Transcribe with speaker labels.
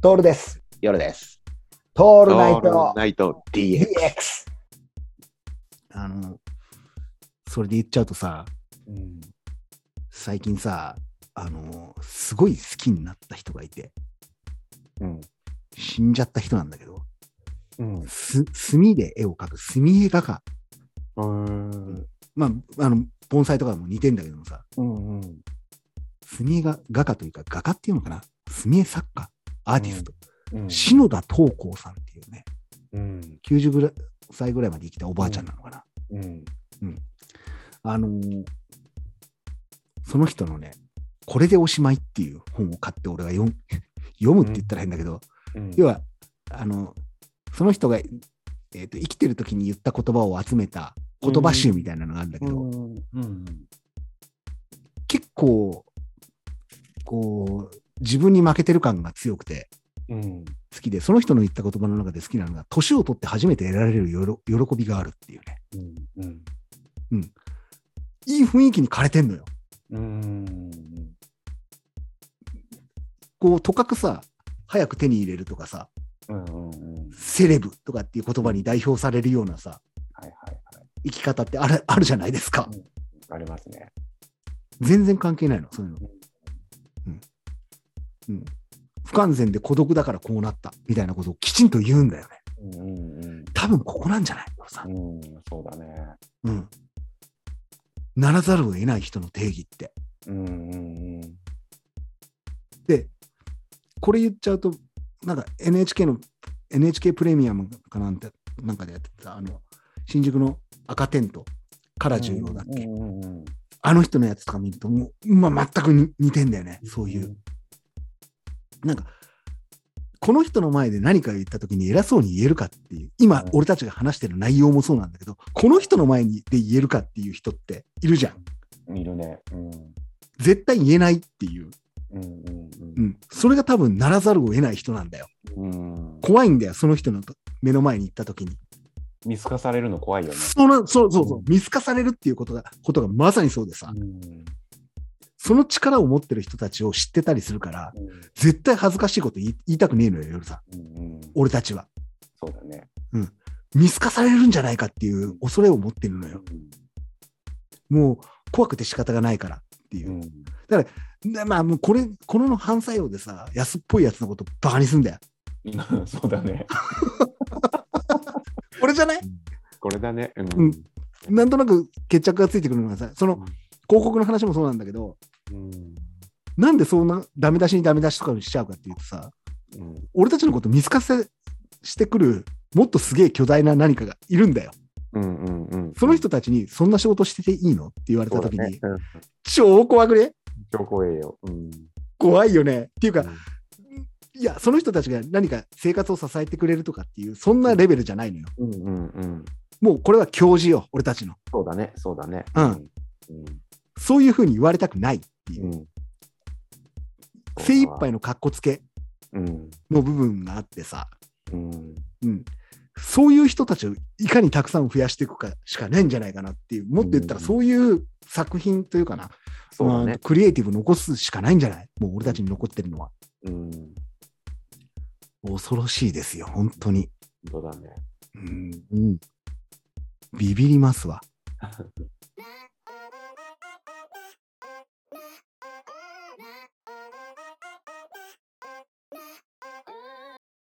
Speaker 1: トールです。
Speaker 2: 夜です。
Speaker 1: ト
Speaker 2: オ
Speaker 1: ールナイト
Speaker 2: ナイト DX。
Speaker 1: DX。
Speaker 3: あの、それで言っちゃうとさ、
Speaker 1: うん、
Speaker 3: 最近さ、あの、すごい好きになった人がいて、
Speaker 1: うん、
Speaker 3: 死んじゃった人なんだけど、
Speaker 1: うん、
Speaker 3: す、墨で絵を描く、墨絵画家。
Speaker 1: うん、
Speaker 3: まあ、あの、盆栽とかも似てんだけどもさ、
Speaker 1: うん、うん、
Speaker 3: 墨絵画画家というか、画家っていうのかな墨絵作家、アーティスト、
Speaker 1: うん、
Speaker 3: 篠田東光さんっていうね、
Speaker 1: うん、
Speaker 3: 90ぐらい歳ぐらいまで生きたおばあちゃんなのかな。
Speaker 1: うん、
Speaker 3: あのーその人のね、これでおしまいっていう本を買って俺が読む 読むって言ったら変だけど、
Speaker 1: うん、
Speaker 3: 要は、あの、その人が、えーと生きてる時に言った言葉を集めた言葉集みたいなのがあるんだけ
Speaker 1: う
Speaker 3: ど、
Speaker 1: ん、うん、
Speaker 3: 結構、こう、自分に負けてる感が強くて
Speaker 1: うん、
Speaker 3: 好きで、その人の言った言葉の中で好きなのが、年を取って初めて得られるよろ喜びがあるっていうね。
Speaker 1: うん、うん、
Speaker 3: いい雰囲気に枯れてんのよ。
Speaker 1: うん、
Speaker 3: こう、とかくさ、早く手に入れるとかさ、
Speaker 1: うん、
Speaker 3: セレブとかっていう言葉に代表されるようなさ、
Speaker 1: はいはいはい。
Speaker 3: 生き方ってあるあるじゃないですか。
Speaker 1: ありますね。
Speaker 3: 全然関係ないの、そういうの。うん。うん。不完全で孤独だからこうなった、みたいなことをきちんと言うんだよね。
Speaker 1: うん、うん、
Speaker 3: 多分ここなんじゃないのさ
Speaker 1: う。ん、うん、そうだね。
Speaker 3: うん。ならざるを得ない人の定義って。
Speaker 1: うん、うん、うん、
Speaker 3: で、これ言っちゃうと、なんか NHK の、NHK プレミアムかなんて、なんかでやってた、あの、新宿の赤テント、カラ重要だっけ。
Speaker 1: うん、うん、
Speaker 3: あの人のやつとか見ると、もう、まあ、全くに似てんだよね。そういう。。なんか、この人の前で何か言った時に偉そうに言えるかっていう、今
Speaker 1: うん、
Speaker 3: 俺たちが話してる内容もそうなんだけど、この人の前にで言えるかっていう人っているじゃん。
Speaker 1: いるね。うん、
Speaker 3: 絶対言えないっていう。
Speaker 1: うん、うん、
Speaker 3: うん。それが多分ならざるを得ない人なんだよ。
Speaker 1: うん、うん。
Speaker 3: 怖いんだよ、その人の目の前に行った時に。
Speaker 1: 見透かされるの怖いよね。
Speaker 3: その、そうそうそう
Speaker 1: う、ん
Speaker 3: 見透かされるっていうことが、ことがまさにそうでさ、
Speaker 1: うん、
Speaker 3: その力を持ってる人たちを知ってたりするから、絶対恥ずかしいこと言い言いたくねえのよ、夜さん。
Speaker 1: うん、うん、
Speaker 3: 俺たちは。
Speaker 1: そうだね。
Speaker 3: 見透かされるんじゃないかっていう恐れを持ってるのよ。
Speaker 1: う
Speaker 3: もう怖くて仕方がないからっていう。
Speaker 1: ん、
Speaker 3: でまあもうこれ、この反作用でさ、安っぽいやつのことバカにすんだよ。
Speaker 1: うん、そうだね。
Speaker 3: これじゃない
Speaker 1: これだね。うん
Speaker 3: うんなんとなく決着がついてくるのがさ、その
Speaker 1: うん
Speaker 3: 広告の話もそうなんだけど、
Speaker 1: うん
Speaker 3: なんでそんなダメ出しにダメ出しとかにしちゃうかっていうとさ、
Speaker 1: うん
Speaker 3: 俺たちのこと見透かせしてくる、もっとすげえ巨大な何かがいるんだよ。
Speaker 1: うんうんうん
Speaker 3: その人たちに、そんな仕事してていいのって言われた
Speaker 1: そうだ
Speaker 3: 時に、
Speaker 1: ね、うん
Speaker 3: 超怖くね
Speaker 1: 超怖えよ。うん
Speaker 3: 怖いよね。っていうか、
Speaker 1: うん
Speaker 3: いや、その人たちが何か生活を支えてくれるとかっていう、そんなレベルじゃないのよ。
Speaker 1: うんうんうん。
Speaker 3: もうこれは教授よ、俺たちの。
Speaker 1: そうだね、そうだね。
Speaker 3: うん
Speaker 1: うん
Speaker 3: そういうふうに言われたくないっていうう、
Speaker 1: ん
Speaker 3: 精一杯のかっこつけ
Speaker 1: うん
Speaker 3: の部分があってさ、
Speaker 1: うん
Speaker 3: うん、そういう人たちをいかにたくさん増やしていくかしかないんじゃないかなっていう、もっと言ったら
Speaker 1: うん
Speaker 3: そういう作品というかな、
Speaker 1: そうだ
Speaker 3: まあ
Speaker 1: ね。
Speaker 3: クリエイティブ残すしかないんじゃないもう俺たちに残ってるのは。
Speaker 1: うん本
Speaker 3: 恐ろしいですよ、本当に。
Speaker 1: 当だね。
Speaker 3: うん、うん、ビビりますわ。